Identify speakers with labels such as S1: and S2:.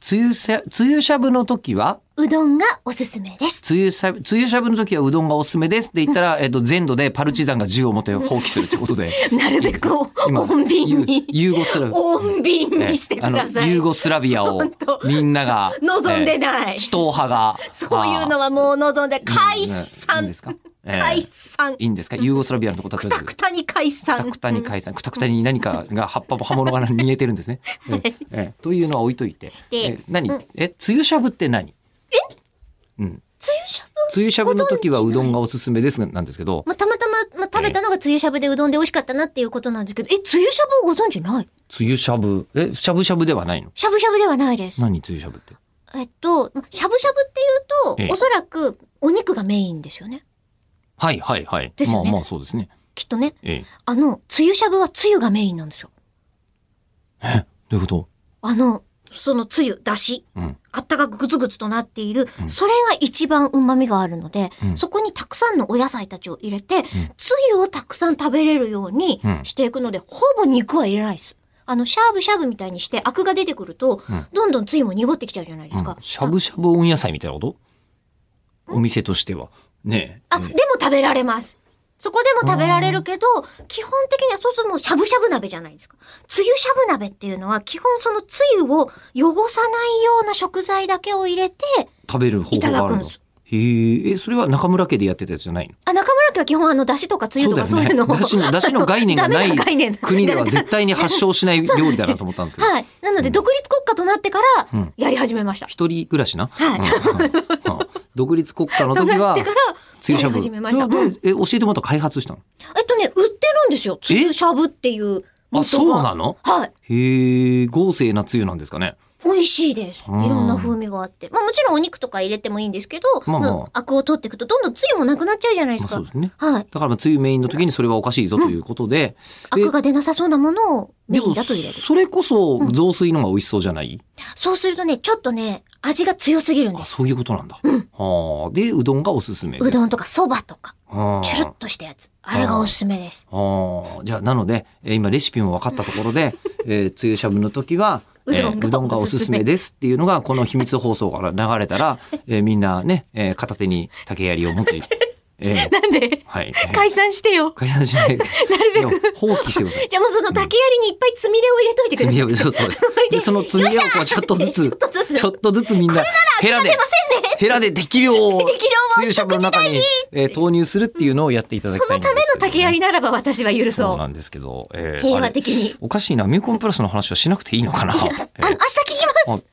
S1: つゆせつゆしゃぶの時は
S2: うどんがおすすめです。
S1: つゆしゃぶつゆしゃぶの時はうどんがおすすめですって言ったら、えっと、全土でパルチザンが銃を持って放棄するってこと で
S2: なるべく
S1: 今
S2: 穏便に、
S1: ユーゴスラビ
S2: 穏便
S1: ね
S2: にしてください。
S1: ユーゴスラビアを
S2: 本当
S1: みんなが
S2: 望んでない
S1: えー地頭派が
S2: そういうのはもう望んで、解
S1: いいん
S2: 散
S1: ですか、えー
S2: 解散
S1: いいんですかユーゴスラビアのことは
S2: く
S1: とりあ
S2: た
S1: えず
S2: くたに解
S1: くた
S2: 散
S1: くたに解散くたくたに何かが葉っぱも葉物が煮えてるん ですね。ええええというのは置いといて
S2: で
S1: え何えつゆしゃぶって何
S2: つゆしゃぶ
S1: つゆしゃぶの時はうどんがおすすめですなんですけど
S2: まあ、たまたま、まあ、食べたのがつゆしゃぶでうどんで美味しかったなっていうことなんですけど、え、つゆしゃぶをご存知ない
S1: つゆしゃぶえしゃぶしゃぶではないの
S2: しゃぶしゃぶではないです。
S1: 何つゆしゃぶって
S2: えっと、まあしゃぶしゃぶって
S1: え
S2: いう
S1: え
S2: と、おそらくお肉がメインですよね。
S1: はいはいはい、
S2: です
S1: まあ
S2: よね
S1: まあそうですね。
S2: きっとね。
S1: ええ、
S2: あの、つゆしゃぶはつゆがメインなんですよ。
S1: どういうこと
S2: あの、そのつゆ、だし、
S1: うん
S2: あったかくグツグツとなっている、それが一番旨味があるので、
S1: うん
S2: そこにたくさんのお野菜たちを入れて、つゆをたくさん食べれるように
S1: うん
S2: していくので、ほぼ肉は入れないです。あの、シャーブシャーブみたいにして、アクが出てくると、
S1: ん
S2: どんどんつゆも濁ってきちゃうじゃないですか。
S1: うんしゃぶしゃぶ温野菜みたいなことお店としては。ねえ。
S2: あ、
S1: え
S2: で
S1: え
S2: も食べられます。そこでも食べられるけど、基本的にはそうするともうしゃぶしゃぶ鍋じゃないですか。つゆしゃぶ鍋っていうのは、基本そのつゆを汚さないような食材だけを入れて、
S1: 食べる方法がある
S2: いただくん
S1: の
S2: です。
S1: へえ、え、それは中村家でやってたやつじゃ ないの
S2: あ、中村家は基本あの、だしとかつゆとかそういうのを。
S1: だしの、だしの概念がな
S2: ダ
S1: い
S2: メ概念
S1: 国では絶対に発祥しない料理だなと思ったんです けど。
S2: はい。なので、独立国家となってから
S1: うん、
S2: やり始めました。
S1: 一人暮らしな。
S2: はい
S1: うんうんうん 独立国家の
S2: と
S1: 時
S2: なっ
S1: は
S2: て、から、
S1: つゆしゃぶ。
S2: やり始めました。
S1: それ
S2: う
S1: は
S2: ん
S1: どうえ、教えてもらったら開発したの
S2: えっとね、売ってるんですよ。つゆしゃぶっていう。
S1: あ、そうなの
S2: はい。
S1: へえ、豪勢なつゆなんですかね。
S2: 美味しいです。い
S1: うん
S2: ろんな風味があって。まあもちろんお肉とか入れてもいいんですけど、
S1: まあまあ
S2: うんアクを取っていくとどんどんつゆもなくなっちゃうじゃないで
S1: まあ
S2: すか。
S1: そうですね。
S2: はい。
S1: だからまあ、つゆメインの時にそれはおかしいぞということで。
S2: アクが出なさそうなものをメインだと入れる。
S1: それこそ雑炊の方が美味しそうじゃない、
S2: そうするとね、ちょっとね、味が強すぎるんで
S1: あ
S2: す。
S1: そういうことなんだ、はあでうどんがおすすめです
S2: うどんとかそばとか、
S1: はあ
S2: チュルッとしたやつ。あれがおすすめです。
S1: はあじゃあなので、えー今レシピも分かったところで、えー、つゆしゃぶの時は
S2: うどんが
S1: えーうどんがおすすめですっていうのがこの秘密放送から流れた ら、えーみんなね、えー片手に竹槍を持ち、えー
S2: なんで
S1: はい、
S2: 散してよ。
S1: 解散しないでなるべく放棄して ください
S2: じゃあもうその竹槍にいっぱいつみれを入れといてく
S1: 積
S2: ださ
S1: み
S2: い。
S1: 上げそうそうです。で、その積み上げをこうちょっとずつ
S2: ちょっとず、つ
S1: ちょっとずつみんな、ヘラで、ヘラで適量を、つゆしゃぶの中に、えー投入するっていうのをやっていただき
S2: そ
S1: たい
S2: の
S1: ん
S2: ための竹
S1: り
S2: 槍ならば私は許
S1: そう
S2: そ
S1: なんですけど、え
S2: う。
S1: ー
S2: 平
S1: あ
S2: 和
S1: れ
S2: 的に。
S1: おかしいな、ミューコンプラスの話はしなくていいのかな。え
S2: あの、明
S1: ー
S2: 日聞きます。
S1: あ